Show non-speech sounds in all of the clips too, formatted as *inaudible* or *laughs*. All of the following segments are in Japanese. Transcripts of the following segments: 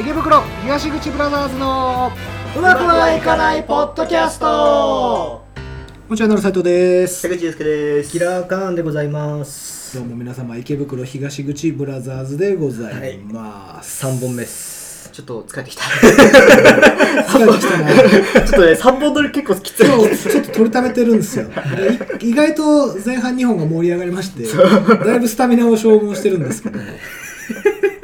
池袋東口ブラザーズのうまくはいかないポッドキャストこんにちは、なる斎藤です瀬。口祐介です。キラーカーンでございまどすうも皆様、池袋東口ブラザーズでございます。 3本目っすちょっと疲れてきた。 *laughs* 疲れてきたなちょっとね、3本撮り結構きつい。今日ちょっと取りためてるんですよ。でい意外と前半2本が盛り上がりまして、だいぶスタミナを消耗してるんですけど。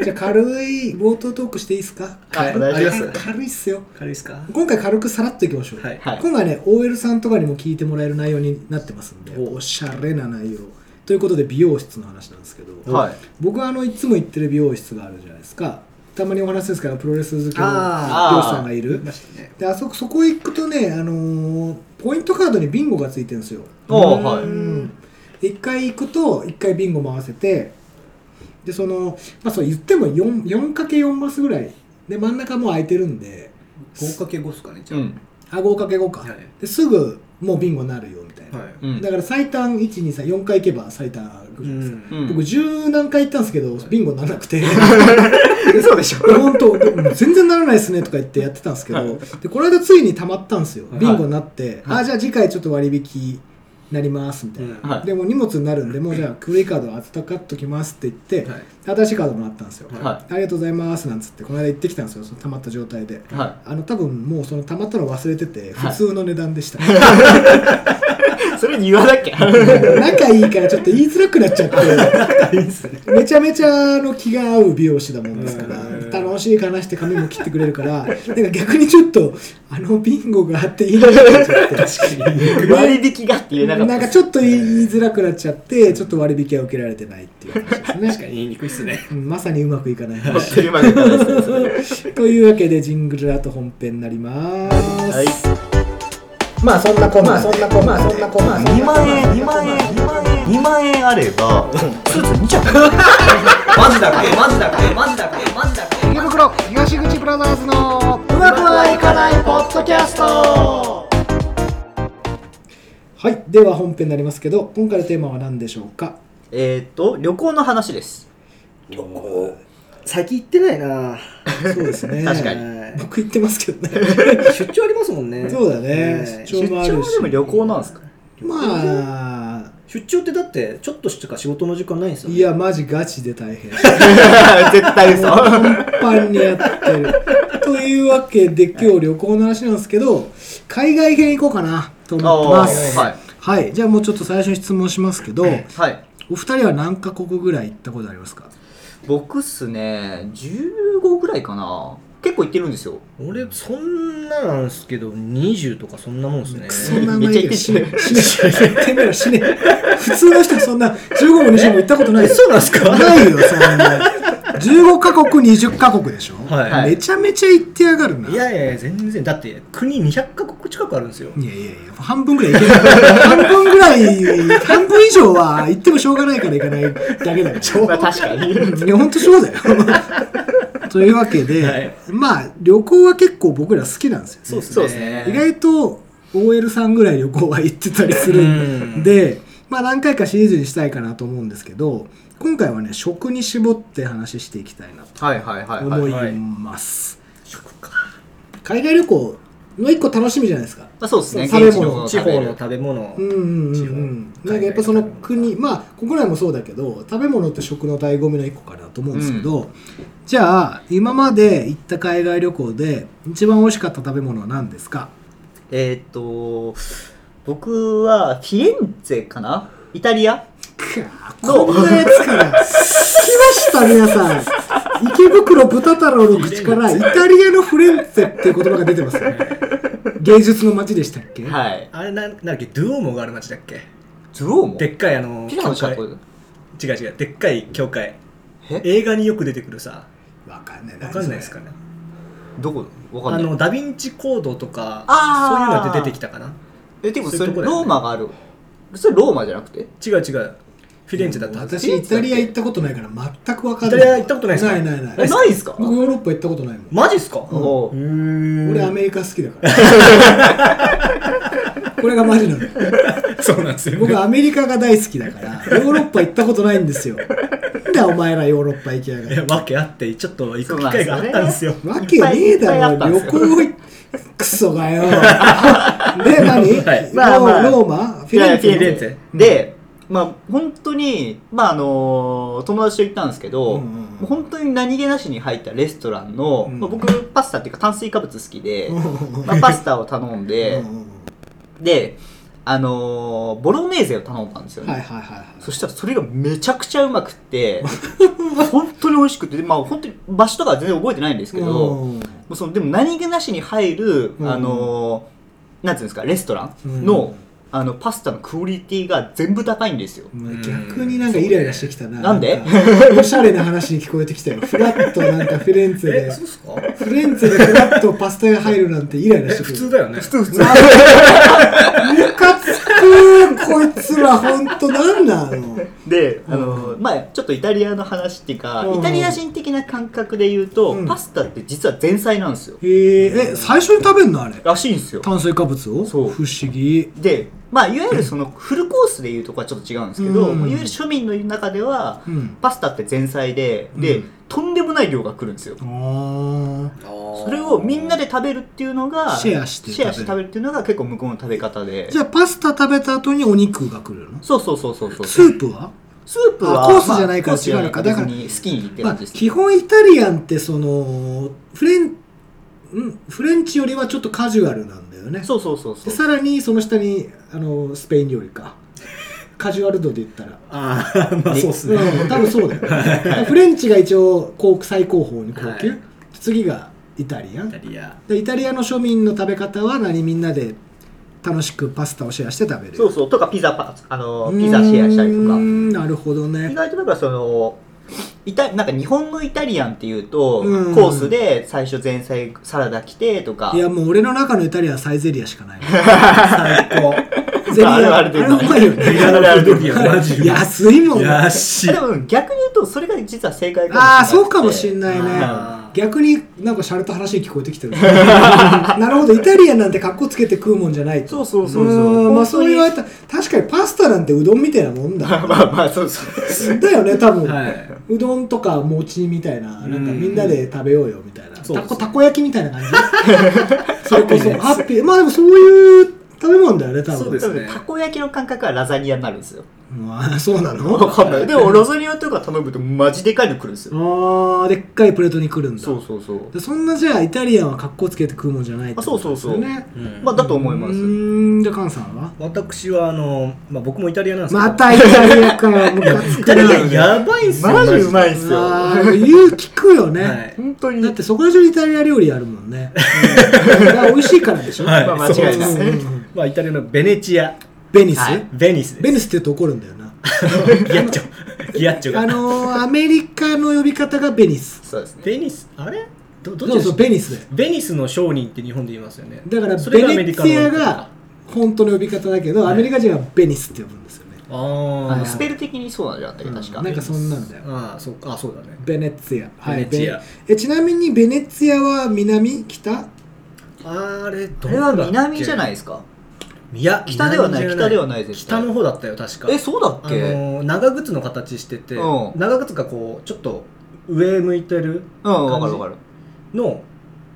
じゃあ軽い冒頭トークしていいですかはいお願いしますはい軽いっすよ。軽いっすか今回軽くさらっといきましょう。はいはい。今回ね OL さんとかにも聞いてもらえる内容になってますんでおおしゃれな内容ということで美容室の話なんですけど、はい。僕はあのいつも行ってる美容室があるじゃないですかたまにお話しするんですけどプロレス好きの美あー容師さんがいるしたねであそこそこ行くとね、あのーポイントカードにビンゴがついてるんですよおーはいうん一回行くと一回ビンゴ回せてでそのまあそう言っても 4×4 マスぐらいで真ん中もう空いてるんで 5×5 っすかねじうゃあん。あ 5×5 か、はいですぐもうビンゴなるよみたいな、はいうん。だから最短123回行けば最短あるうじゃないですか、ん僕十何回行ったんですけどビンゴならなくてそうでしょ。本当でも全然ならないですねとか言ってやってたんですけどでこの間ついにたまったんですよはいビンゴになって、はいあじゃあ次回ちょっと割引なりますみたいな、うんはいでも荷物になるんでもうじゃあクレイカード温かっときますって言って、はい新しいカードもらったんですよ、はいはありがとうございますなんつってこの間行ってきたんですよそのたまった状態で、い。はあの多分もうそのたまったの忘れててはい普通の値段で *laughs* した、い。それに言わなきゃ。仲いいからちょっと言いづらくなっち *laughs* ゃってめちゃめちゃあの気が合う美容師だもんですからうん楽しい話して髪も切ってくれ *laughs* るからなんか逆にちょっとあのビンゴがあっていいなってなっちゃって割引がって言えなかった。なんかちょっと言いづらくなっちゃってちょっと割引は受けられてないっていう話です *laughs* ね確かに言いにくいっすねうんまさにうまくいかない本話当にうまくいったですねそれというわけでジングルラート本編になります、はい。まあそんなこんなそんなこんなそんなこんな2万円、2万円、2万円、2万円あれば、スーツ2着。 *laughs* マジだっけマジだっけマジだっけマジだっけ池袋東口ブラザーズのうまくはいかないポッドキャストはい、では本編になりますけど、今回のテーマは何でしょうか。えーっと、旅行の話です。旅行最近行ってない *laughs* なそうですね。確かに僕言ってますけどね。 *laughs* 出張ありますもんねそうだね。はい出張はでも旅行なんですかまあ、出張ってだってちょっとしか仕事の時間ないんですよねいや、マジガチで大 *laughs* 変。絶対嘘。パンにやってる。というわけで、今日旅行の話なんですけど、海外編行こうかなと思って *laughs* ます。あーはい。じゃあもうちょっと最初に質問しますけど、はい。お二人は何カ国ぐらい行ったことありますか僕っすね、15ぐらいかな。結構行ってるんですよ。俺そんななんすけど20とかそんなもんクですソね名めっ前ちゃ行でって死ね死ね死ねてめえら死ね普通の人はそんな15も20も行ったことないよそうなんすかないよそんな15カ国20カ国でしょ、はいめちゃめちゃ行ってやがるないいややいやいや全然だって国200カ国近くあるんですよいやいや半分ぐらい行けない半分ぐらい半分以上は行ってもしょうがないから行かないだけだからまあ確かに。いや本当そ *laughs* うだよというわけで、はいまあ旅行は結構僕ら好きなんですよねそうっすねそうですね。意外と OL さんぐらい旅行は行ってたりするんで、まあ何回かシリーズにしたいかなと思うんですけど今回はね食に絞って話していきたいなとはいはいはいはい。思いまます、海外旅行の一個楽しみじゃないですかあ、そうですね。食べ現地物の地方の食食べ物うんうんうんうんなんかやっぱその国まあ国内もそうだけど食べ物って食の醍醐味の一個かなと思うんですけど、じゃあ今まで行った海外旅行で一番美味しかった食べ物は何ですかべるえーっと、僕はフィレンツェかなイタリアこんなやつから来ました皆さん池袋豚太郎の口 *laughs* からイタリアのフレンツェっていう言葉が出てますよね芸術の街でしたっけ、はい。あれなんなんだっけドゥオモがある町だっけズローもでっかいあのピザの教近会く違う違うでっかい教会え映画によく出てくるさわかんないわかんないですかねどこわかあんない。のダヴィンチコードとかそういうあーのって出てきたかなえ、でもそそういれうとこだよねローマがある。それローマじゃなくて違う違うフィレンツェだったはず私イタリア行ったことないから全くわかんないイタリア行ったことないですかないないなえ、いないんすか僕ヨーロッパ行ったことないもんマジっすかおううん *laughs* 俺アメリカ好きだからこれがマジなのそうなんですよ、ね僕。アメリカが大好きだからヨーロッパ行ったことないんですよなんでお前らヨーロッパ行きやが *laughs* いやる訳あってちょっと行く機会があったんですよ。わけねえいっぱいあだっろ旅たんですよ行いクソが *laughs* よで何、はいまあまあローローマフィレンツいェやフィレンツェうんで、まあ本当に、まああのー友達と行ったんですけど、うんうんうんもう本当に何気なしに入ったレストランの、うんまあ、僕パスタっていうか炭水化物好きで、うんまあ、パスタを頼んでう、んうんで、あのーボロネーゼを頼んだんですよね。はいはいはいはいそしたらそれがめちゃくちゃうまくって、本当に美味しくて、でまあ本当に場所とかは全然覚えてないんですけど、もうんうそのでも何気なしに入る、うんあのーなんていうんですか、レストランうのん、あの、パスタのクオリティが全部高いんですよ。まあ逆になんかイライラしてきたな。なんでかおしゃれな話に聞こえてきたよ。フラッとなんかフィレンツェえ、でそう、ですかフィレンツェでフラッとパスタが入るなんてイライラえしてく普る。通だよね。普通、普通。ムカつくこいつらほんとなんなので、あのーまあちょっとイタリアの話っていうか、うんイタリア人的な感覚で言うと、うんパスタって実は前菜なんですよ。へええ最初に食べんのあれらしいんですよ。炭水化物をそう不思議で、まあ、いわゆるそのフルコースでいうとこはちょっと違うんですけど、うんもういわゆる庶民の中では、うんパスタって前菜で、で、うんとんでもない量が来るんですよ。あそそれをみんなで食べるっていうのが、シェアして食べシェるアして食べるっていうのが結構向こうの食べ方であ。じゃあパスタ食べた後にお肉が来るのそうそうそうそうそう。スープはスープはあコースじゃないからまあコースじゃないから違うのか別に好きにってまあ感じです、基本イタリアンってそのフレンんフレンチよりはちょっとカジュアルなんだよねそうそうそうでそう。さらにその下にあのスペイン料理かカジュアル度で言ったらああ、まあそうっすね。うん、多分そうだよ、 *laughs* ね、フレンチが一応こう最高峰に高級、はい次がイタリアインタリア。でイタリアの庶民の食べ方は何みんなで楽しくパスタをシェアして食べるそうそう。とかピザパ、あの、ピザシェアしたりとうーか。んなるほど意ね外とだからそのイタなんか日本のイタリアンっていうと、うんコースで最初前菜サラダ来てとかいやもう俺の中のイタリアンはサイゼリアしか *laughs* ない最高。ゼリあれはアあれでうまいあれう *laughs* まいよねリアのドリア、マジで。安いもんやしで。も逆に言うとそれが実は正解かもしれないああそうかもしんないねあー逆になんかシャレた話に聞こえてきてる *laughs* なるほどイタリアンなんて格好つけて食うもんじゃないとそうそうそうそうーんまあそう言われ本た確かにパスタなんてうどんみたいなもんだ *laughs* まあまあそうそうだよね多分、はうどんとか餅みたいななんかうんみんなで食べようよみたいなそうたですこたこ焼きみたいな感じそれこそハッピーなやつハッピーまあでもそういう食べ物だよね多分そうですねたこ焼きの感覚はラザニアになるんですよまあそうなのわかんないでもラザニアとか頼むとマジでかいの来るんですよあーでっかいプレートに来るんだそうそうそうでそんなじゃあイタリアンは格好つけて食うもんじゃないってあそうことそうですそよう、ねい。うんまあだと思いますうーんじゃあ菅さんは私はあの、まあ僕もイタリアなんですけど。またイタリアかもうガツイくタ *laughs* なリアやばいんすよ。マジでうまいんすよあー言う聞くよね、はい。本当にだってそこら中にイタリア料理あるもんね。うん美味しいからでしょ。はいまあ間違いないうんうんうんまあイタリアのベネチア、ベニス、はいベニスです。ベニスって言うと怒るんだよな。 *laughs* ギアッチョ。ギアッチョあが。のー、アメリカの呼び方がベニス。そうですねベニス、あれどどっちそうでそう、すベニスだよ。ベニスの商人って日本で言いますよね。だからそれがアベメネリツカのィアが本当の呼び方だけど、はいアメリカ人はベニスって呼ぶんですよね。あああのスペル的にそうなんじゃなかったっけ確か、うんなんかそんなんだよああそうかあそうだねベネツィア。ベネツィアベえちなみにベネツィアは南北あれどあれは南じゃないいですかいや北ではない南じゃ北ではないです北の方だったよ確かえそうだっあけ、のー長靴の形しててうん長靴がこうちょっと上向いてるうんわかるわかるの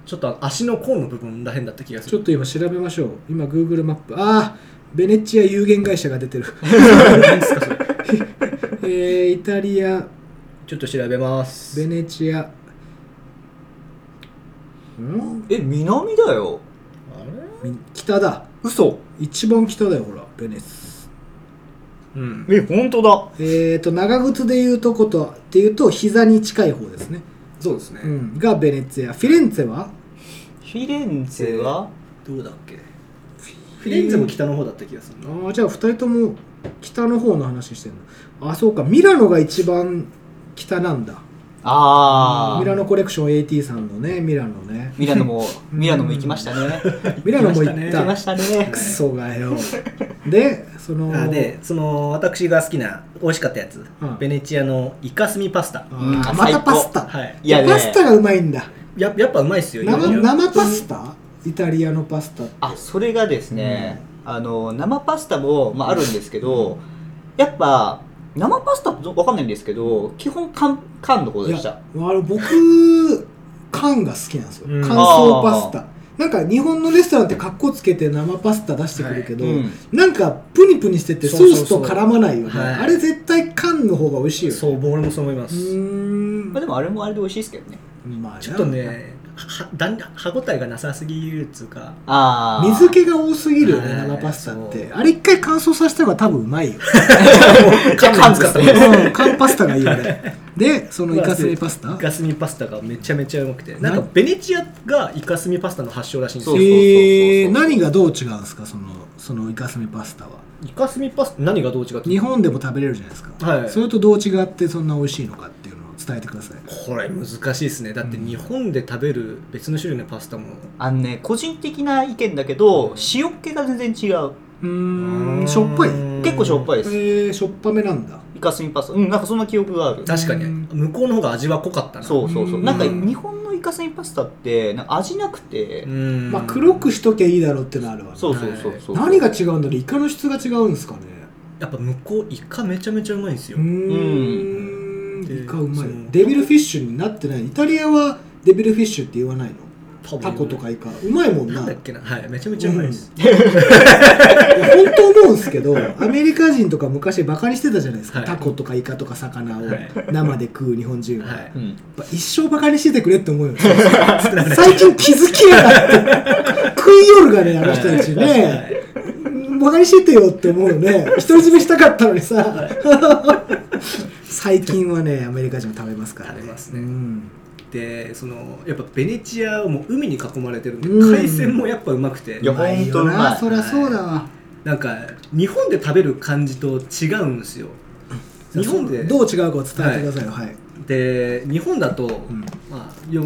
ちょっと足の甲の部分らへんだった気がすちょるっと今調べましょう。今 Google マップ。ああ、ベネチア有限会社が出てる。 *laughs* えーイタリア、ちょっと調べますベネチア。え南だよあれみ北だ。嘘一番北だよ、ほら、ベネス。うんえ本当だえっ、と、長靴でいうとこと、っていうと、膝に近い方ですね。そうですねうん。がベネツィア。フィレンツェはフィレンツェはどうだっけフィレンツェも北の方だった気がするなああ、じゃあ二人とも北の方の話してんだ。あ、そうか。ミラノが一番北なんだ。ああミラノコレクション AT さんのね、ミラノね。ミラノもミラノも行きましたねミラノも行行っきた。行きましたねクソが *laughs* よでそのあでその私が好きな美味しかったやつ、うんベネチアのイカスミパスタあ、うんーまたパスタ、はいいやねパスタがうまいんだややっぱうまいっすよ生いろいろ生パスタイタリアのパスタあそれがですね、あの生パスタも、まあ、あるんですけどやっぱ生パスタってわかんないんですけど基本缶缶のこといでやしたあれ僕缶が好きなんですようん乾燥パスタなんか日本のレストランってカッコつけて生パスタ出してくるけど、うんなんかプニプニしててソそうーそうスそうと絡まないよねはいあれ絶対缶の方が美味しいよねそう、俺もそう思いまうす。ーんまあ、でもあれもあれで美味しいですけどねまあちょっとねはだん歯応えがなさすぎるっつうかああ水気が多すぎるよねはい生パスタっそてあれ一回乾燥させた方が多分うまいよ缶使ったうん缶パスタがいいよねでそのイカスミパスタイカスミパスタがめちゃめちゃうまくてななんかベネチアがイカスミパスタの発祥らしいんですそうよそうえー、何がどう違うんですかそのそのイカスミパスタはイカスミパスタ何がどう違うって日本でも食べれるじゃないですか、はいそれとどう違ってそんな美味しいのかっていうのを伝えてくださいこれ難しいですねだって日本で食べる別の種類のパスタもあのね個人的な意見だけど塩っ気が全然違ううーんしょっぱい結構しょっぱいえですー、しょっぱめなんだイカスミパスタうんなんかそんな記憶がある確かにうん向こうの方が味は濃かったなそうそうそううんなんか日本のイカスミパスタってなんか味なくて、うんまあ黒くしときゃいいだろうってのあるわねそうそうそうそう何が違うんだろうイカの質が違うんですかねやっぱ向こうイカめちゃめちゃうまいんですうよ、ーんうんイカうまそいのデビルフィッシュになってないイタリアはデビルフィッシュって言わないの多分タコとかイカうまいもんななんだっけなはいめちゃめちゃうまいです、いや本当思うんですけどアメリカ人とか昔バカにしてたじゃないですか、はいタコとかイカとか魚をはい生で食う日本人は、はやいうんっぱ一生バカにしててくれって思うよ *laughs* ね最近気づきやがって食い夜がねあの人たちねバカにしててよって思うよね独り占めしたかったのにさ最近はねアメリカ人も食べますからね食べますねうんでそのやっぱベネチアはもう海に囲まれてるんで、うん海鮮もやっぱうまくていやまいよほんとうまないそりゃそうだわなんか日本で食べる感じと違うんですよ日本でどう違うかを伝えてくださいよはい、で日本だと、んまあ、よ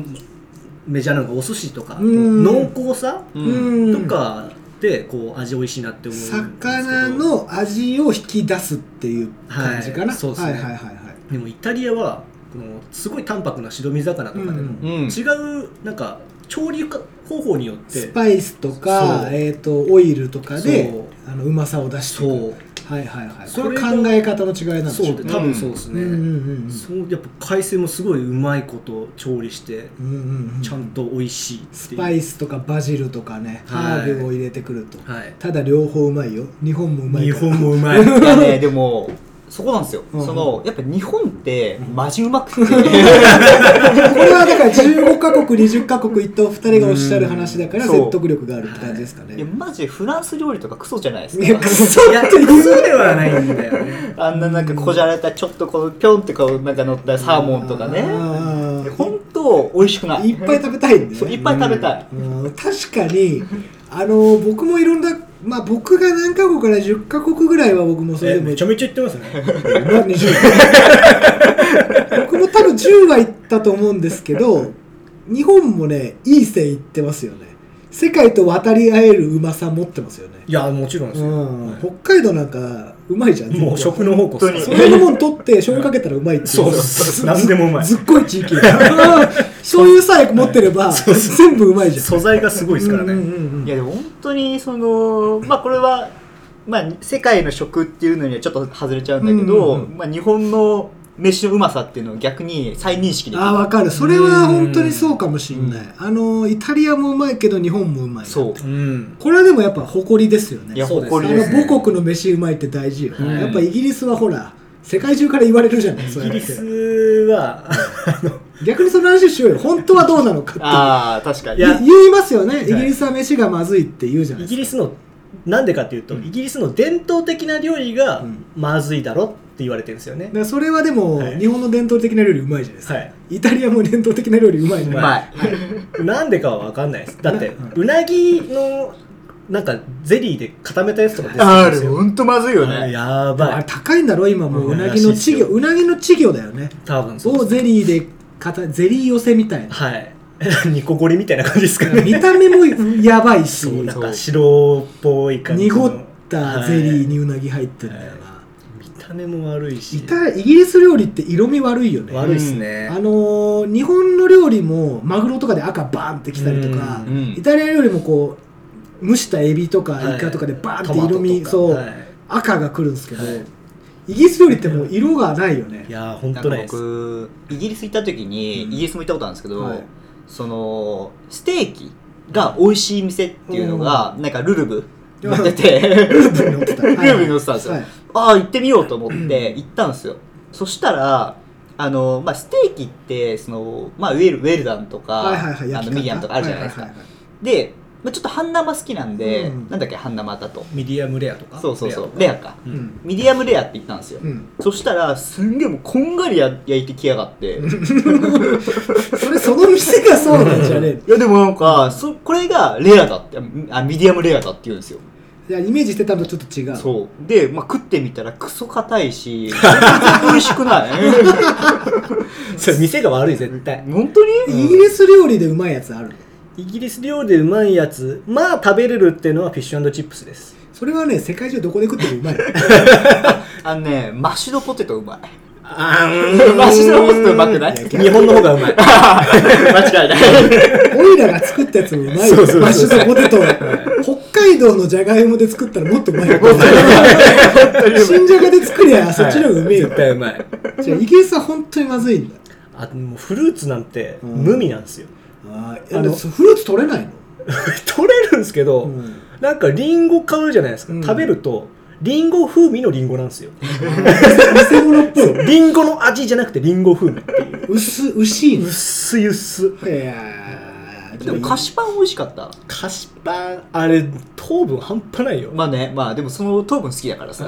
メジャーなのがお寿司とかうん濃厚さううんんとかでこう味美味しいなって思うんですけど魚の味を引き出すっていう感じかな、はいそうですはいねはいはいはいでもイタリアはこのすごい淡白な白身魚とかでうも、んうん違うなんか調理方法によってスパイスとかそうえー、とオイルとかでそうあのうまさを出していそうくはいはいはいそこれれが考え方の違いなんでしょそうねで多分そうですうね、んうんうんうんそうやっぱ海鮮もすごいうまいこと調理してうんうんうんちゃんと美味しいっていうスパイスとかバジルとかね、はハいーブを入れてくると、はいただ両方うまいよ日本もうまい日から本もう *laughs* まいいや *laughs* ねでもそこなんですよ、うんそのやっぱ日本ってマジうまくて、 *laughs* これはだから15カ国20カ国行ったお二人がおっしゃる話だからうんそう説得力があるって感じですかね、いやマジでフランス料理とかクソじゃないですいやかクソいやそうではないんだよねあんななんかこじゃれたちょっとこうピョンってこうなんか乗ったサーモンとかねあー本当美味しくないいっぱい食べたいんで、ね、そういっぱい食べたい、うん確かにあの僕もいろんなまあ僕が何カ国から10カ国ぐらいは僕もそれでえもめちゃめちゃ言ってますねまあ20 *laughs* 僕も多分10は行ったと思うんですけど日本もねいい線いってますよね世界と渡り合えるうまさ持ってますよねいやもちろんですうよ、ん、北海道なんかうまいじゃんもう全食の方向っす然それのもん取って醤油かけたらうまいっていそうそう何でもうまいずっこい地域 *laughs* 醤油さえ持ってれば全部うまいじゃん素材がすごいですからね、うんうんうんいやでも本当にそのまあこれはまあ世界の食っていうのにはちょっと外れちゃうんだけど、うんうんまあ日本の飯のうまさっていうのを逆に再認識できあーるわかるそれは本当にそうかもしんないあのイタリアもうまいけど日本もうまいそううんこれはでもやっぱ誇りですよねいやそうです誇ありでのすね母国の飯うまいって大事よ、んやっぱイギリスはほら世界中から言われるじゃないそイうやギってリスは逆にその話しようよ本当はどうなのかってああ確かにいやい言いますよねイギリスは飯がまずいって言うじゃないイですギかリスのなんでかっていうと、イギリスの伝統的な料理がうんまずいだろって言われてるんですよねだ、からそれはでも、はい日本の伝統的な料理うまいじゃないですか、はいイタリアも伝統的な料理うまいじゃうないまい、なんでかは分かんないですだってうんうなぎのなんかゼリーで固めたやつとか出てあるんれですよ本当まずいよあねやでもあばれい高いんだろ今もうううんなぎの稚魚らしいですようなぎの稚魚だよね多分そうをですゼリーでかたゼリー寄せみたいなはい *laughs* ニコゴリみたいな感じですかね見た目もやばいしそうなんか白っぽい感じの濁ったゼリーにうなぎ入ってるんだよな、見た目も悪いしイタイギリス料理って色味悪いよね悪いっすね、あのー日本の料理もマグロとかで赤バーンってきたりとか、うんうんイタリア料理もこう蒸したエビとかイカとかでバーって色味、そう、はい赤がくるんですけど、はいイギリス料理ってもう色がないよね *laughs* いやー本なん当かね僕イギリス行った時に、うんイギリスも行ったことあるんですけど、はいそのステーキが美味しい店っていうのが、なんかルルブうんやっててルーブに乗って *laughs* た、ルーブに乗ってたんですよはいああ行ってみようと思って行ったんですよそしたらあの、まあ、ステーキってその、まあ、ウェルウェルダンとか、はいはいはいあ焼き方のミディアンとかあるじゃないですか、はははで、まあ、ちょっと半生好きなんで、うんなんだっけ半生だとミディアムレアとかそうそうそうレレアアとかかいうんミディアムレアって言ったんですよ、うん、そしたらすんげえもうこんがりや焼いてきやがって *laughs* それその店がそうなんじゃ *laughs* ねいやでもなんかそこれがレアだってあミディアムレアだって言うんですよえいやイメージしてたのとちょっと違うそうで、まあ、食ってみたらクソ硬いし全 *laughs* 然美味しくないそれ店が悪い絶対本当にイギリス料理でうまいやつあるイギリス料理でうまいやつまあ食べれるっていうのはフィッシュチップスですそれはね世界中どこで食ってもうまい *laughs* あのねマッシュドポテトう *laughs* まいあ *laughs* マッシュドポテトうまくない日本の方がうまい間違いないオイラが作ったやつもうまいよそうそうそうマッシュドポテト北海道のじゃがいもで作ったらもっとうまいよ新じゃがで作りゃそっちの方がうめえよ、絶対うまいじゃあイギリスは本当にまずいんだあもうフルーツなんてうん無味なんですよ、 *laughs* あーのフルーツ取れないの、取れるんですけど、なんかリンゴ買うじゃないですか、うん食べるとリンゴ風味のリンゴなんですよ偽物っぽいリンゴの味じゃなくてリンゴ風味っていう薄薄いのい薄い薄いやー *laughs* でも菓子パン美味しかった菓子パンあれ糖分半端ないよ、まあねまあでもその糖分好きだから *laughs* さ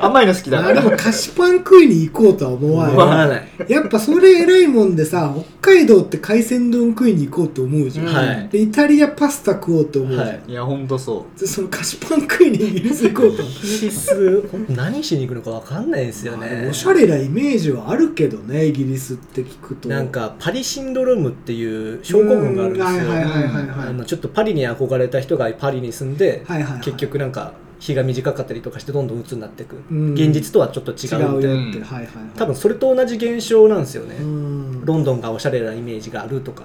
甘いの好きだまかあでもら菓子パン食いに行こうとは思わわない、からない、やっぱそれ偉いもんでさ北海道って海鮮丼食いに行こうと思うじゃん、うんはいでイタリアパスタ食おうと思うじゃん、はいいやほんとそでその菓子パン食いにイギリス行こうとイギリス本当何しに行くのかわかんないですよまあでねもおしゃれなイメージはあるけどねイギリスって聞くとなんかパリシンドロームっていう症候群があるんですよ、うはいはいはいはいはいあのちょっとパリに憧れた人がパリに住んで、はいはいはい結局なんか日が短かったりとかしてどんどん鬱になっていく、うん現実とはちょっと違違うみうたいなよって、はいはいはい多分それと同じ現象なんですよね、うんロンドンがおしゃれなイメージがあるとか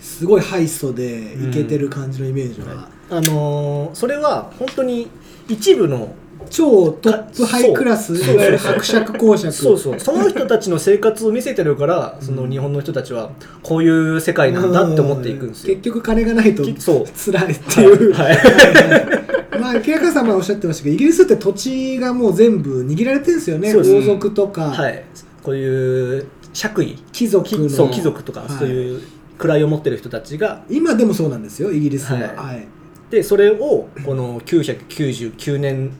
すごいハイソでイケてる感じのイメージは、あのーそれは本当に一部の超トップハイクラスそういわゆる伯爵公爵そうそうその人たちの生活を見せてるから、その日本の人たちはこういう世界なんだって思っていくんですよ結局金がないときそう辛いっていう、はい *laughs* まあ明らさんもおっしゃってましたけどイギリスって土地がもう全部握られてるんですよねそうです王族とか、はい、こういう爵位貴族のきそう貴族とか、はいそういう位を持ってる人たちが今でもそうなんですよイギリスは、ははいいでそれをこの999年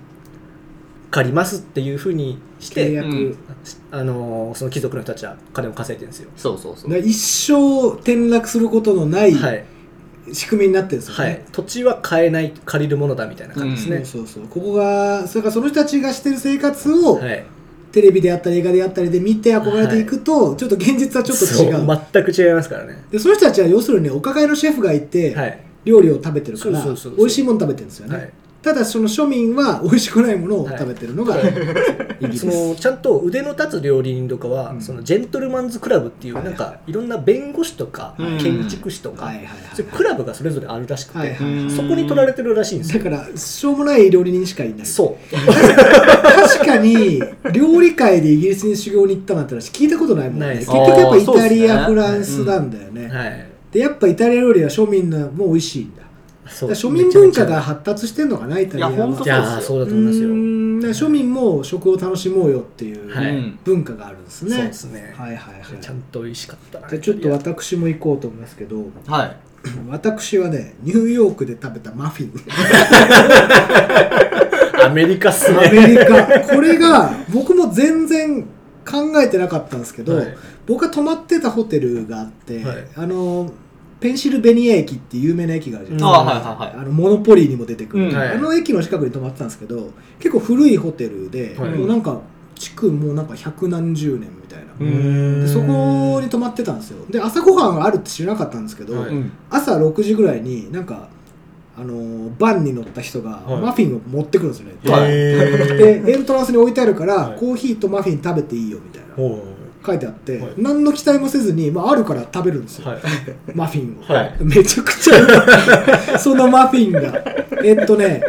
借りますっていうふうにし契て、約、うんあのーその貴族の人たちは金を稼いでるんですよ。うそうそうそうだから一生転落することのないはい仕組みになってるんですよはね、い、土地は買えない借りるものだみたいな感じですね。そうそうそうここがそれからその人たちがしてる生活をはい、テレビであったり映画であったりで見て憧れていくと、ちょっと現実はちょっと違うそう全く違いますからね。でその人たちは要するにお抱えのシェフがいて、はい料理を食べてるからそうそうそうそう美味しいもの食べてるんですよね、はいただその庶民は美味しくないものを食べてるのが、イギリスそのちゃんと腕の立つ料理人とかは、うんそのジェントルマンズクラブっていうなんかいろんな弁護士とか、うん建築士とか、はいはいはいそういうクラブがそれぞれあるらしくて、はいはいうんそこに取られてるらしいんですだよ。からしょうもない料理人しかいないそう確かに料理界でイギリスに修行に行ったなんて話聞いたことないもんないね結です局やっぱイタリア、あーそフうですねランスなんだよね、はい。でやっぱイタリア料理は庶民のも美味しいんだそだうから庶民文化が発達してんのかなイタリアはいやほんといやーそうだと思いますよ。うーんだから庶民も食を楽しもうよっていうはいうん文化があるんですね。そうですねはいはいはい。ちじゃんと美味しかったな。ゃあちょっと私も行こうと思いますけど、はい私はね、ニューヨークで食べたマフィン、アメリカっすアね。メリカ、これが僕も全然考えてなかったんですけど、はい僕が泊まってたホテルがあって、はいあの、ペンシルベニア駅っていう有名な駅があるじゃないですか。ああはいはいはいあのモノポリーにも出てくる、うんはいあの駅の近くに泊まってたんですけど結構古いホテルで、はいもうなんか築もうなんか百何十年みたいな、うででそこに泊まってたんですよで朝ごはんがあるって知らなかったんですけど、はいうん朝6時ぐらいになんかあのーバンに乗った人がはいマフィンを持ってくるんですよね、はいへーでエントランスに置いてあるから、はいコーヒーとマフィン食べていいよみたいなおう書いてあって、はい何の期待もせずに、まあ、あるから食べるんですよ、はいマフィンを、はいめちゃくちゃ *laughs* うまいそのマフィンがえっとね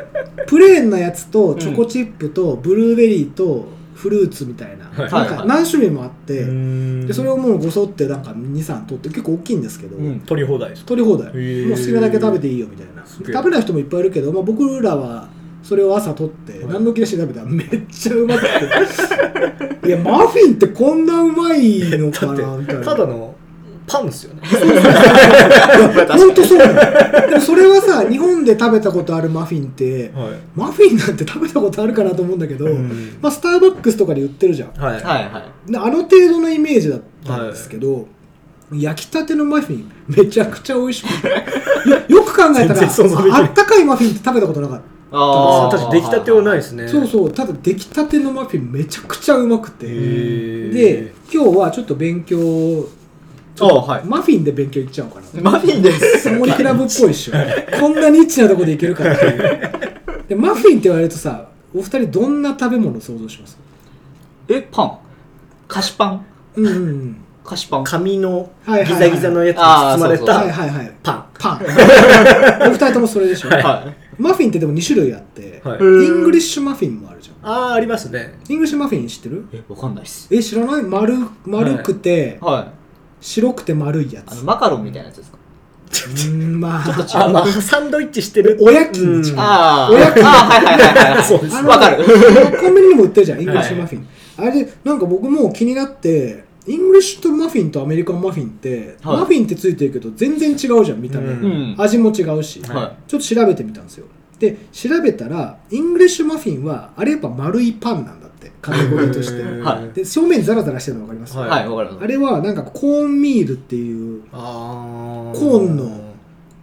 プレーンなやつとチョコチップとブルーベリーとフルーツみたいな,、はいなんか何種類もあって、ででそれをもうごそってなんか23取って結構大きいんですけど、うん取り放題です取り放題もーう好きなだけ食べていいよみたいなすげえ食べない人もいっぱいいるけど、まあ、僕らはそれを朝取ってはい何の気なしで食べたらめっちゃうまくて *laughs* いやマフィンってこんなうまいのか *laughs* だってなみたいなただのパンですよね本当そうなのでもそれはさ日本で食べたことあるマフィンってはいマフィンなんて食べたことあるかなと思うんだけど、うんまあ、スターバックスとかで売ってるじゃんはいはいはい。。であの程度のイメージだったんですけど、焼きたてのマフィンめちゃくちゃ美味し *laughs* くてよよく考えた全然想像できらなあいったかいマフィンって食べたことなかっああ確かに出来たてはないですすねた、そうそうただ出来たてのマフィンめちゃくちゃうまくてへーで今日はちょっと勉強ああ、はい。マフィンで勉強いっちゃおうかなマフィンです。サモリクラブっぽいっしょこんなニッチなとこでいける *laughs* かっていうでマフィンって言われるとさお二人どんな食べ物を想像しますえ、パン菓子パンうんうんうん菓子パン。紙のはいはいはいギザギザのやつにあー包まれそうそうはいたはいはいパンパンお *laughs* 二人ともそれでしょ、はマフィンってでも2種類あって、はいイングリッシュマフィンもあるじゃんああありますねイングリッシュマフィン知ってるい。え、わかんないっす。え知らない丸丸くて、はい。白くて丸いやあつの、うマカロンみたいなやつですかーんま *laughs* ああまあサンドイッチしてるおやきに近いうんあああ。おやきああ、はいはいはいはい。そうですあわのかる。コンビニにも売ってるじゃんイングリッシュマフィン、あれでなんか僕も気になってイングリッシュとマフィンとアメリカンマフィンって、はいマフィンってついてるけど全然違うじゃん見た目、うんうん。味も違うし、はちょっと調べてみたんですよで調べたらイングリッシュマフィンはあれやっぱ丸いパンなんだってカテゴリーとし *laughs* へーてはい。で正面にザラザラしてるの分かります、はいはい、わかある。れはなんかコーンミールっていうあコーンの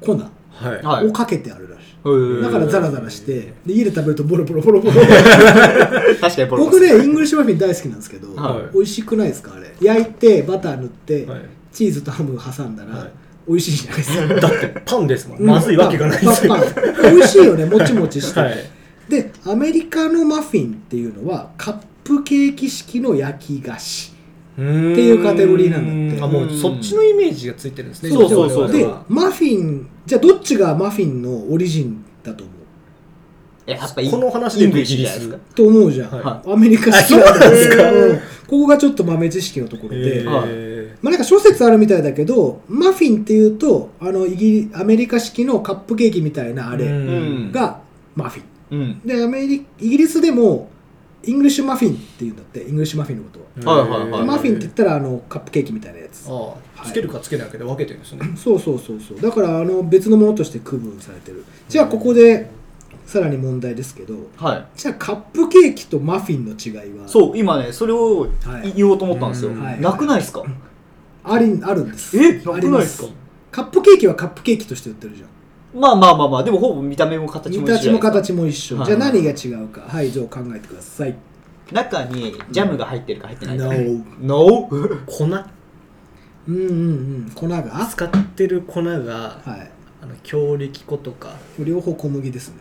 粉をははいい。かけてあるらしい、へえだからザラザラしてで家で食べるとボロボロボロボロ *laughs* 確かにボロボ僕ロねイングリッシュマフィン大好きなんですけど、はい美味しくないですかあれ焼いてバター塗って、はいチーズとハム挟んだら、はい美味しいじゃない *laughs* ですかだってパンですもんまずいわけがないですよパはンパンパン美味しいよねもちもちして、いでアメリカのマフィンっていうのはカップケーキ式の焼き菓子っていいうカテゴリーなんだってあもうそっちのイメージがついてるんですねそうそうそうで我々はマフィンじゃあどっちがマフィンのオリジンだと思うえやっぱいいこの話でイインンググリリッッシシュュじじゃゃなないいでですすかかと思うじゃん、アメリカ式はあそうなんですかうんここがちょっと豆知識のところで、えはいーまあ、なんか諸説あるみたいだけどマフィンっていうとあのイギリアメリカ式のカップケーキみたいなあうれんがマフィンうんでアメリイギリスでもイングリッシュマフィンっていうんだってイングリッシュマフィンのことははいはいはいマフィンって言ったらあのカップケーキみたいなやつああつけるかつけないかで分けてるんですねそうそうそうそうだからあの別のものとして区分されてるじゃあここでさらに問題ですけどはいじゃあカップケーキとマフィンの違いはそう今ねそれをはい言おうと思ったんですようんはいなくないですかありあるんですえなくないですかありますカップケーキはカップケーキとして売ってるじゃんまあまあまあまあでもほぼ見た目も形見もた一ち緒もじゃないで形すも一緒はいじゃあ何が違うかはいじゃあ考えてくださいか中にジャムが入ってるか入ってないか No No *laughs* 粉うんうんうん粉がは使ってる粉がいあの強力粉とか両方小麦ですね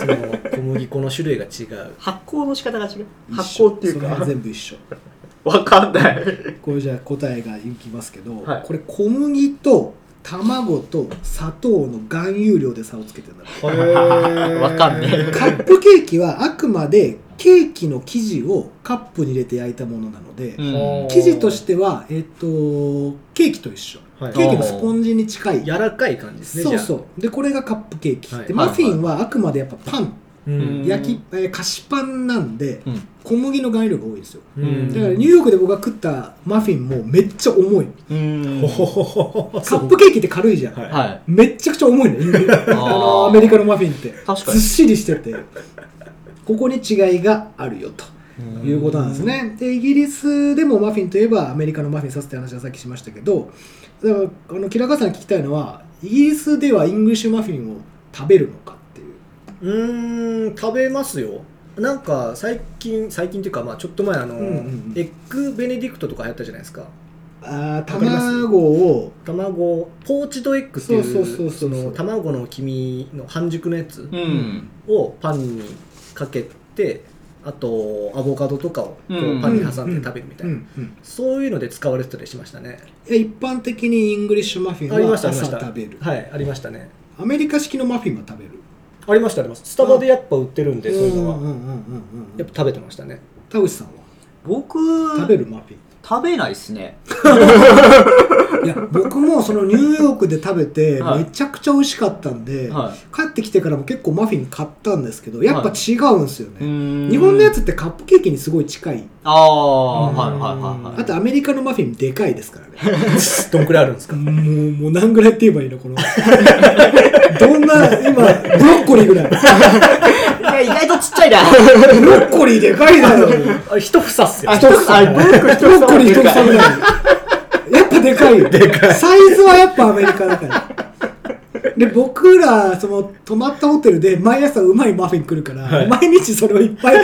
その小麦粉の種類が違う発酵の仕方が違う一緒発酵っていうそのか辺全部一緒わかんないこれじゃあ答えがいきますけど、はいこれ小麦と卵と砂糖の含有量で差をつけてるんだろわかんねえカップケーキはあくまでケーキの生地をカップに入れて焼いたものなので、うん生地としては、えっとケーキと一緒はいケーキのスポンジに近い柔らかい感じですねそうじゃあそうでこれがカップケーキ、はいでマフィンはあくまでやっぱパン、うんうん焼き、えー菓子パンなんでうん小麦の含有量が多いんですようんだからニューヨークで僕が食ったマフィンもめっちゃ重いうんほほほほカップケーキって軽いじゃん、はいはいめっちゃくちゃ重いねイングリ *laughs* ッシュあのアメリカのマフィンって確かにずっしりしててここに違いがあるよということなんですねでイギリスでもマフィンといえばアメリカのマフィンさすって話はさっきしましたけどだからあの平川さんに聞きたいのはイギリスではイングリッシュマフィンを食べるのかっていううーん食べますよなんか最近最近っていうかまあちょっと前あうの、んうんうんエッグベネディクトとか流行ったじゃないですかあーかります卵を卵ポーチドエッグっていそうそうそううそそうの卵の黄身の半熟のやつうんをパンにかけてあとアボカドとかをこうんうパンに挟んで食べるみたいな、うんうんそういうので使われてたりしましたねえ一般的にイングリッシュマフィンありはましたあ朝りました食べるはいありましたねアメリカ式のマフィンは食べるありましたありますスタバでやっぱ売ってるんでそういうのうんはうんうんうんうやっんぱ食べてましたね田口さんは僕食べるマフィン食べないっすねいや僕もそのニューヨークで食べてはめいちゃくちゃ美味しかったんで、は帰ってきてからも結構マフィン買ったんですけどやっぱ違うんですよいね、日日本のやつってカップケーキにすごい近いああはいはいはいはいあとアメリカのマフィンでかいですからねどんくらいある *laughs* んですかもうもう何ぐらいって言えばいいのこの *laughs* どんな今ブロッコリーぐらいいや意外とちっ *laughs* ちゃいなブロッコリーでかいだろあ一房っすよあ一つあブロッコリー一つブロッコリー一人食べない *laughs* やっぱでかいよサイズはやっぱアメリカだからで僕らその泊まったホテルで毎朝うまいマフィン来るから、はい毎日それをいっぱい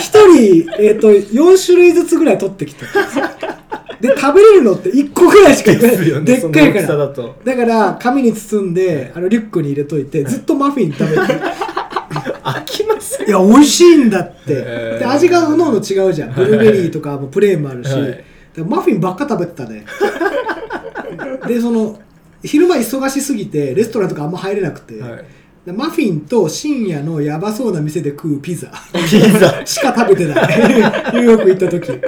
一人、えっと4種類ずつぐらい取ってきてで食べれるのって1個ぐらいしかいないですよねでっかいかそのら大きさだとだから紙に包んであのリュックに入れといてずっとマフィン食べて、飽きますいや美味しいんだって、へーで味がうのうの違うじゃんブルーベリーとかもプレーンもあるし、はいだからマフィンばっか食べてたねでその昼間忙しすぎてレストランとかあんま入れなくて、はいでマフィンと深夜のやばそうな店で食うピザピザしか食べてないニューヨーク行った時だか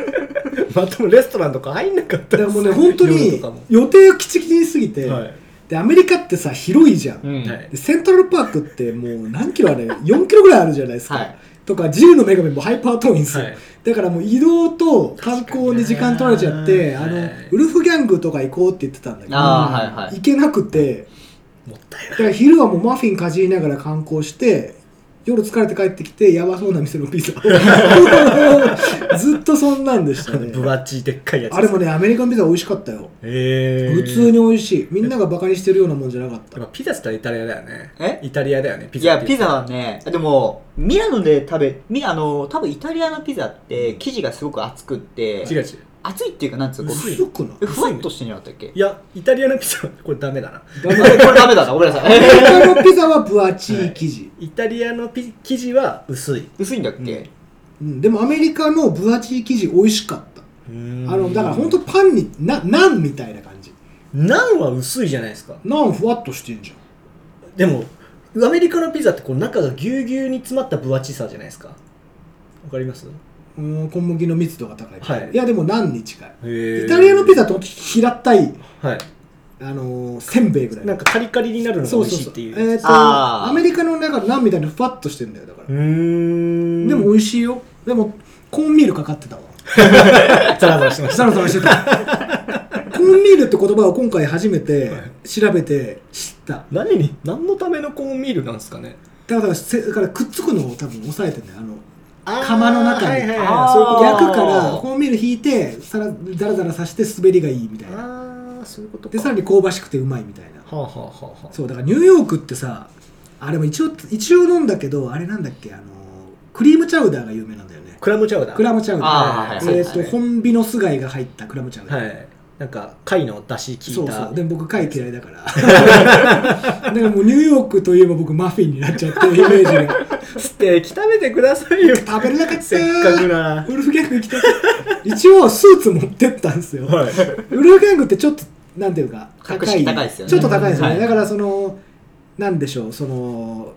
まともレストランとか入んなかったらもうね本当夜にとかも予定をきちきちにすぎて、はいでアメリカってさ広いじゃん、うんはいでセントラルパークってもう何キロあれ4キロぐらいあるじゃないですか、はいとか自由の女神もハイパー遠いんですよ、はいだからもう移動と観光に時間取られちゃってあ確かにのねウルフギャングとか行こうって言ってたんだけどあーはいはい行けなくてもったいだから昼はもうマフィンかじりながら観光して夜疲れて帰ってきてやばそうな店のピザ *laughs* をずっとそんなんでしたないね分厚いでっかいやつあれもねアメリカのピザ美味しかったよへえ普通に美味しいみんながバカにしてるようなもんじゃなかったやっぱピザって言ったらイタリアだよねえイタリアだよねピいザっやてピザはねでもミラノで食べミラノ多分イタリアのピザって生地がすごく厚くって違う違う厚いっていうかなんつうのこう薄い薄くないえふわっとしてんじゃなかったっけいやイタリアのピザはこれダメだなダメあれこれダメだなごめんなさアメリいカのピザは分厚い生地、イタリアのピ生地は薄い薄いんだっけうん、でもアメリカの分厚い生地美味しかったああのだから本当パンになナンみたいな感じナンは薄いじゃないですかナンふわっとしてんじゃんでもアメリカのピザってこう中がぎゅうぎゅうに詰まった分厚さじゃないですかわかりますうーん小麦の密度が高い、はいやでもナンに近いイイタリアのピザってほんと平たい、ザはいあのーせんべいぐらいなんかカリカリになるのが美そう味そうしいそっうていうえーとあーアメリカの中のナンみたいにふわっとしてんだよだから、うーんでも美味しいよでもコーンミールかかってたわザラザラしてましサラサラしてたコーンミールって言葉を今回初めて調べて知った何に何のためのコーンミールなんですかねだからせだからくっつくのを多分抑えてんだよあの釜の中にはいはいあはーい、そういうこと焼くからコーンミール引いてさらザラザラさして滑りがいいみたいなああそういうことかでさらに香ばしくてうまいみたいなはあ、はあはあはあ、そうだからニューヨークってさあれも一応一応飲んだけどあれなんだっけあのクリームチャウダーが有名なんだよねクラムチャウダークラムチャウダーあーはいえっ、そうですとねホンビノス貝が入ったクラムチャウダー、はいなんか貝の出汁そ効いうたそうでも僕貝嫌いだからだから *laughs* もうニューヨークといえば僕マフィンになっちゃってるイメージがステーキ食べてくださいよ食べれなかったせっかくならウルフギャング来た一応スーツ持ってったんですよはいウルフギャングってちょっとなんていうか格式高いですよねちょっと高いですよね、はいだからそのなんでしょうその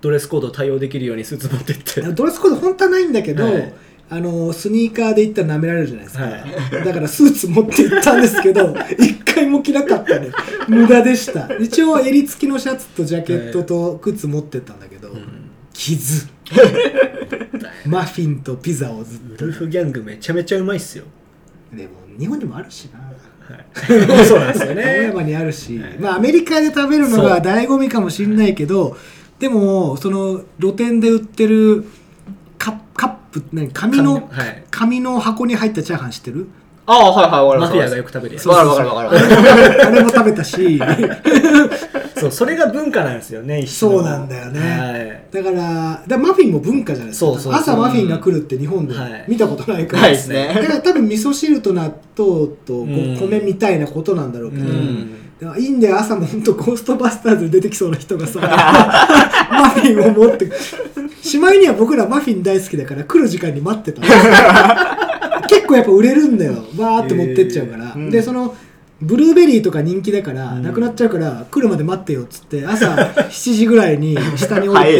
ドレスコード対応できるようにスーツ持ってってドレスコード本当はないんだけど、はいあのスニーカーで行ったら舐められるじゃないですか、はい *laughs* だからスーツ持って行ったんですけど一回も着なかったね無駄でした一応襟付きのシャツとジャケットと靴持ってったんだけど、 *laughs* 傷マフィンとピザをずっウルフギャングめちゃめちゃうまいっすよ、とでも日本にもあるしなはい、 *laughs* そうなんですよ青ね山にあるし、まあ、アメリカで食べるのが醍醐味かもしれないけどでもその露店で売ってるカッカップ何紙の紙,、はいの箱に入ったチャーハンして *laughs* るああはいはいわかりましたマフィアがよく食べるやつわかるわかるわかるあれも食べたしそうそれが文化なんですよね一種のそうなんだよねはだいからだからマフィンも文化じゃないですかそうそうそう朝マフィンが来るって日本ではい見たことないから、ないですねだから多分味噌汁と納豆とこうん米みたいなことなんだろうけど、うんだからいいんだ *laughs* よ朝も本当ゴーストバスターズで出てきそうな人がさマフィンを持ってしまいには僕らマフィン大好きだから来る時間に待 *laughs* ってたの結構やっぱ売れるんだよバーって持ってっちゃうから、えーうんでそのブルーベリーとか人気だから、んなくなっちゃうから来るまで待ってよっつって朝7時ぐらいに下に置い早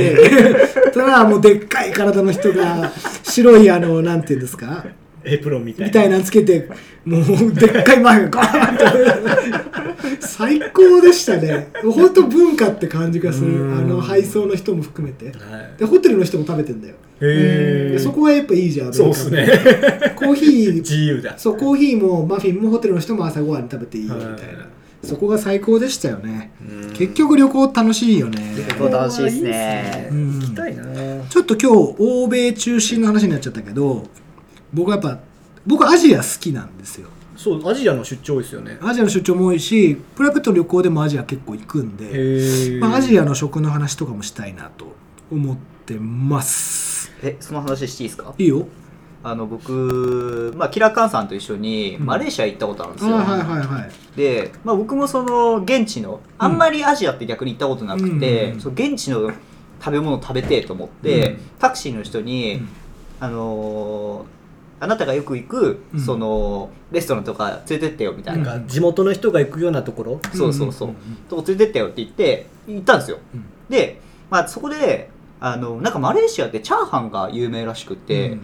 て *laughs* たらもうでっかい体の人が白いあのなんていうんですかエプロンみたいみたないなのつけてもうでっかいマフィンガーンって最高でしたね本当文化って感じがするうんあの配送の人も含めてはいでホテルの人も食べてんだよへでえそこがやっぱいいじゃんそうですねア *laughs* メリカコーヒー自由だそうコーヒーもマフィンもホテルの人も朝ごはんに食べていいよみたいなそこが最高でしたよね結局旅行楽しいよね結構楽しいですね。うん行きたいなちょっと今日欧米中心の話になっちゃったけど僕はやっぱ僕アジア好きなんですよそうアジアの出張多いですよねアジアの出張も多いしプライベートの旅行でもアジア結構行くんで、へえまあ、アジアの食の話とかもしたいなと思ってますえ、その話していいですかいいよあの、僕、まあ、キラカンさんと一緒にんマレーシア行ったことあるんであすよ。はいはいはいで、まあ、僕もその、現地の、あんまりアジアって逆に行ったことなくて、うんその現地の食べ物食べてえと思って、タクシーの人に、あのーあなたがよく行く、うんその、レストランとか連れてってよ、みたいなんな。か地元の人が行くようなところそうそうそう。うんうんとこ連れてったよって言って、行ったんですよ。うんで、まあ、そこで、あの、なんかマレーシアってチャーハンが有名らしくて、うん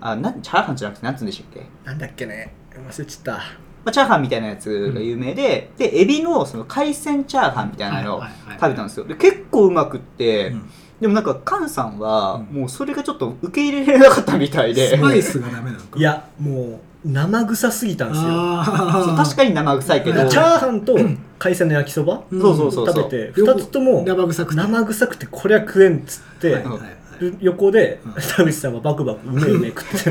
あなんチャーハンじゃなくて何つうんでしたっけ、まなんだっけね忘れちゃったあ、チャーハンみたいなやつが有名で、でエビのその海鮮チャーハンみたいなのをはいはいはい食べたんですよで結構うまくって、うんでもなんかカンさんはうんもうそれがちょっと受け入れられなかったみたいで、スパイスがダメなのかいやもう生臭すぎたんですよあそうー確かに生臭いけチど、ャーハンと海鮮の焼きそばうんそうそうそうそう食べて2つとも生臭くて生臭くてこりゃ食えんっつって、はいはいはい横でうん田口さんはバクバクうめうめ食ってて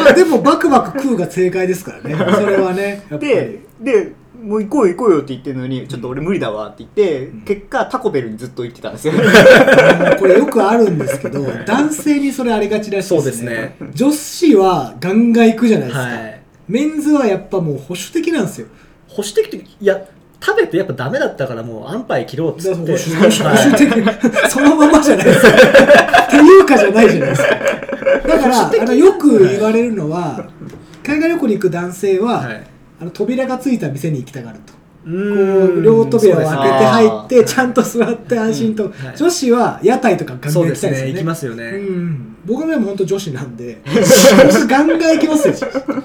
まあでもバクバク食うが正解ですからねそれはねやっぱりででもう行こうよ行こうよって言ってるのにちょっと俺無理だわって言って、ん結果タコベルにずっと行ってたん *laughs* ですよあのこれよくあるんですけど男性にそれありがちらしいですね女子はガンガン行くじゃないですか、はいメンズはやっぱもう保守的なんですよ保守的っていや食べてやっぱダメだったからもう安牌切ろうっつだっからて保守保守はい的 *laughs* そのままじゃないですかっていうかじゃないじゃないですかだからあのよく言われるのは海外旅行に行く男性は、はいあの扉がついた店に行きたがるとこうーうん両扉を開けて入っそうてですねちゃんと座って安心と、はい女子は屋台とかガンガンそう行できたすいですよねね行きますよね、うん、僕はもう本当女子なん *laughs* で私ガンガン行きますよ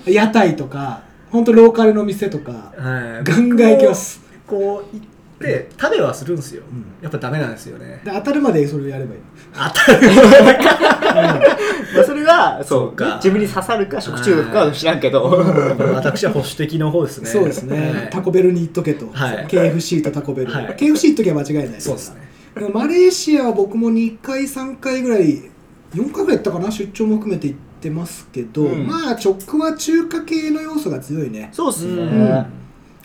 屋台とか本当ローカルの店とかはいガンガン行きますこう行って食べはするんですよ、んやっぱダメなんですよねで当たるまでそれをやればいいあた *laughs* るまあそれがそうそうか自分に刺さるか食中毒かは知らんけど私は保守的の方ですねそうですね、はいタコベルに行っとけと、はい KFC とタコベル、はい KFC 行っときゃ間違いないそうですねでもマレーシアは僕も2回3回ぐらい4回ぐらい行ったかな出張も含めて行ってますけど、うんまあ直は中華系の要素が強いねそうっすね、ん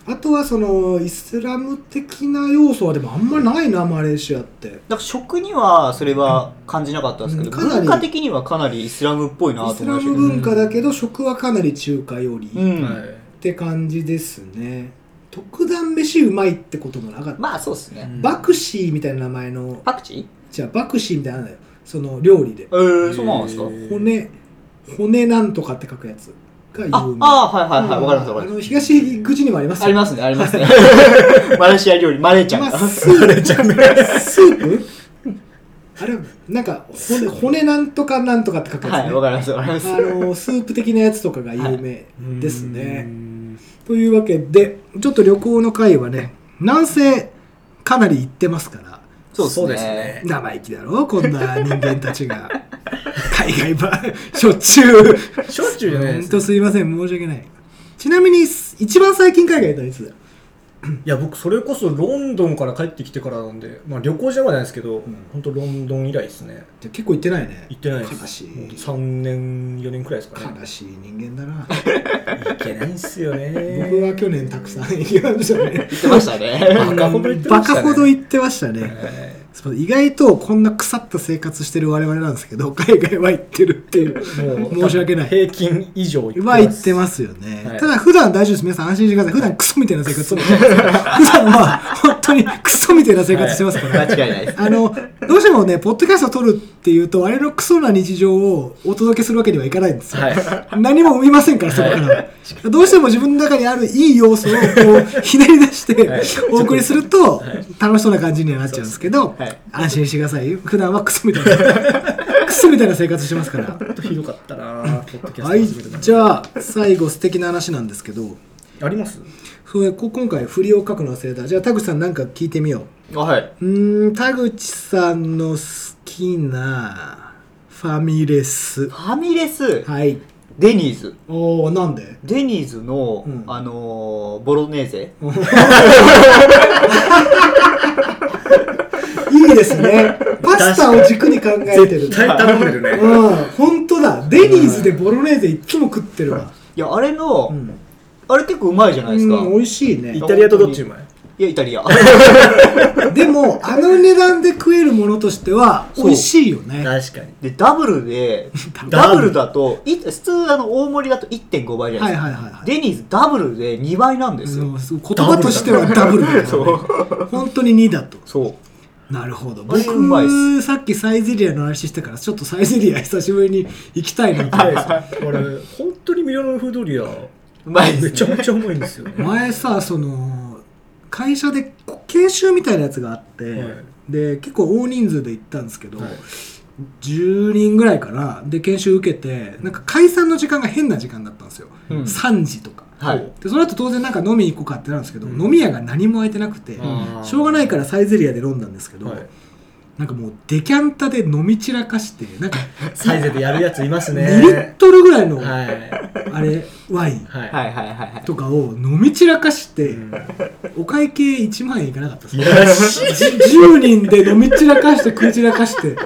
あとはそのイスラム的な要素はでもあんまないなマレーシアってなんか食にはそれは感じなかったんですけど、うんかなり文化的にはかなりイスラムっぽいなイとス思いラましたムけど、文化だけど食はかなり中華よりうっんはいて感じですね特段飯うまいってこともなかったまあそうですね、うんバクシーみたいな名前のパクチじゃあバクシーみたいなのあるんだよその料理でーえー、そうなんですかへー骨骨なんとかって書くやつが有名ああーはいはいはいわかりますわかありのます東口にもありますありますねありますね *laughs* マレーシア料理マ *laughs* レーちゃんまがあスープスープあれなんか骨骨なんとかなんとかって書くやつね、はいわかりますわかりますあのスープ的なやつとかが有名ですね、うんというわけでちょっと旅行の回はね南西かなり行ってますからそうっすねそうですね生意気だろこんな人間たち *laughs* が海外ばしょっちゅうしょっちゅうじゃないで本す当すいません申し訳ないちなみに一番最近海外行ったのいつだよいや僕それこそロンドンから帰ってきてからなんで、まあ、旅行じゃないですけど、本当ロンドン以来ですねじゃあ結構行ってないね行ってないです悲しいもう3年4年くらいですかね悲しい人間だな行けないんすよね僕は去年たくさん行きましたね言ってましたね *laughs* バカほど行ってまバしたカねほど行ってましたねはいそう意外とこんな腐った生活してる我々なんですけど海外は行ってるって *laughs* いうもう申し訳ない平均以上行は行ってますよね、はいただ普段大丈夫です皆さん安心してください普段クソみたいな生活してます普段は本当にクソみたいな生活してますから、 *laughs* 間違いないです。あのどうしてもねポッドキャストを撮るっていうとあれのクソな日常をお届けするわけにはいかないんですよ、は何も生みませんからそこから、どうしても自分の中にあるいい要素をこうひねり出してはいお送りすると楽しそうな感じにはなっちゃうんですけど、はい安心してください普段はクソみたいな *laughs* クソみたいな生活してますからちょっとひどかった *laughs* なポッドキャはいスト始めてじゃあ最後素敵な話なんですけどありますそれこ今回振りを書くの忘れたじゃあ田口さんなんか聞いてみよあはい。ううーん田口さんの好きなファミレスファミレス、はいデニーズ。おおなんでデニーズの、うんあのーボロネーゼ。いいです *laughs* ねパスタを軸に考えてる絶対頼んでるねうん本当だデニーズでボロネーゼいつも食ってるわ、いや、あれの、うん、あれ結構うまいじゃないですか。うんい美味しいねイタリアとどっちうまいや、イタリア。でもあの値段で食えるものとしては美味しいよね確かにで、ダブルで、ダダブルブルだと、い普通あの大盛りだと1.5倍じゃないですか。はいはいはいはいデニーズダブルで2倍なんですよ。うん言葉としてはダブルだよね本当に2だとそう。なるほどあれうまいっ僕さっきサイゼリアの話してからちょっとサイゼリア *laughs* 久しぶりに行きたいなと思ってこれ本当にミラノのフードリアうまいです、ね。めちゃめちゃうまいんですよね前さその会社でこ研修みたいなやつがあって、はいで結構大人数で行ったんですけど、はい10人ぐらいからで研修受けてなんか解散の時間が変な時間だったんですよ、うん3時とかはい。でその後当然なんか飲みに行こうかってなるんですけど、うん飲み屋が何も空いてなくて、あーしょうがないからサイゼリアで飲んだんですけど、はいなんかもうデキャンタで飲み散らかしてなんかサイゼでやるやついますね2リットルぐらいのあはいれワインははいいはいはいはい。とかを飲み散らかして、うんお会計1万円いかなかったですいやらしい10人で飲み散らかして食い散らかして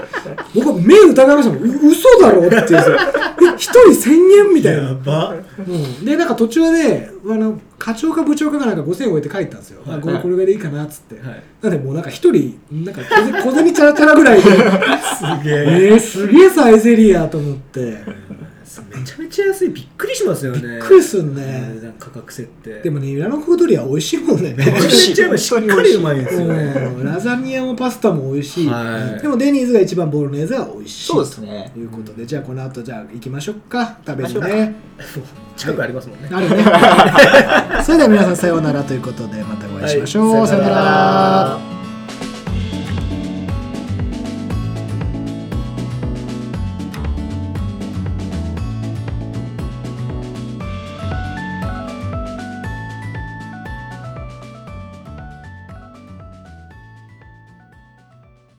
僕は目疑いましたもんう嘘だろって言うんですよ1人1000円みたいなやばうんでなんか途中であの課長か部長かがなんか5000円置いて帰ったんですよ、はいあこれこれぐらいでいいかなっつって、はいなんでもうなんか1人なんか小銭小銭チャラチャラぐらいで *laughs* すげええー、すげえサイゼリアと思ってめちゃめちゃ安いびっくりしますよねびっくりすんね値段価格設定でもねミラノフードリア美味しいもんねめちゃめちゃしっかりうまいんですよね *laughs* うんラザニアもパスタも美味しい、はいでもデニーズが一番ボロネーゼは美味しいそうですねと。いうことでじゃあこの後じゃあ行きましょうか食べ行るきまね近くありますもんねある *laughs* ねそれでは皆さんさようならということでまたお会いしましょう、はいさようなさようならら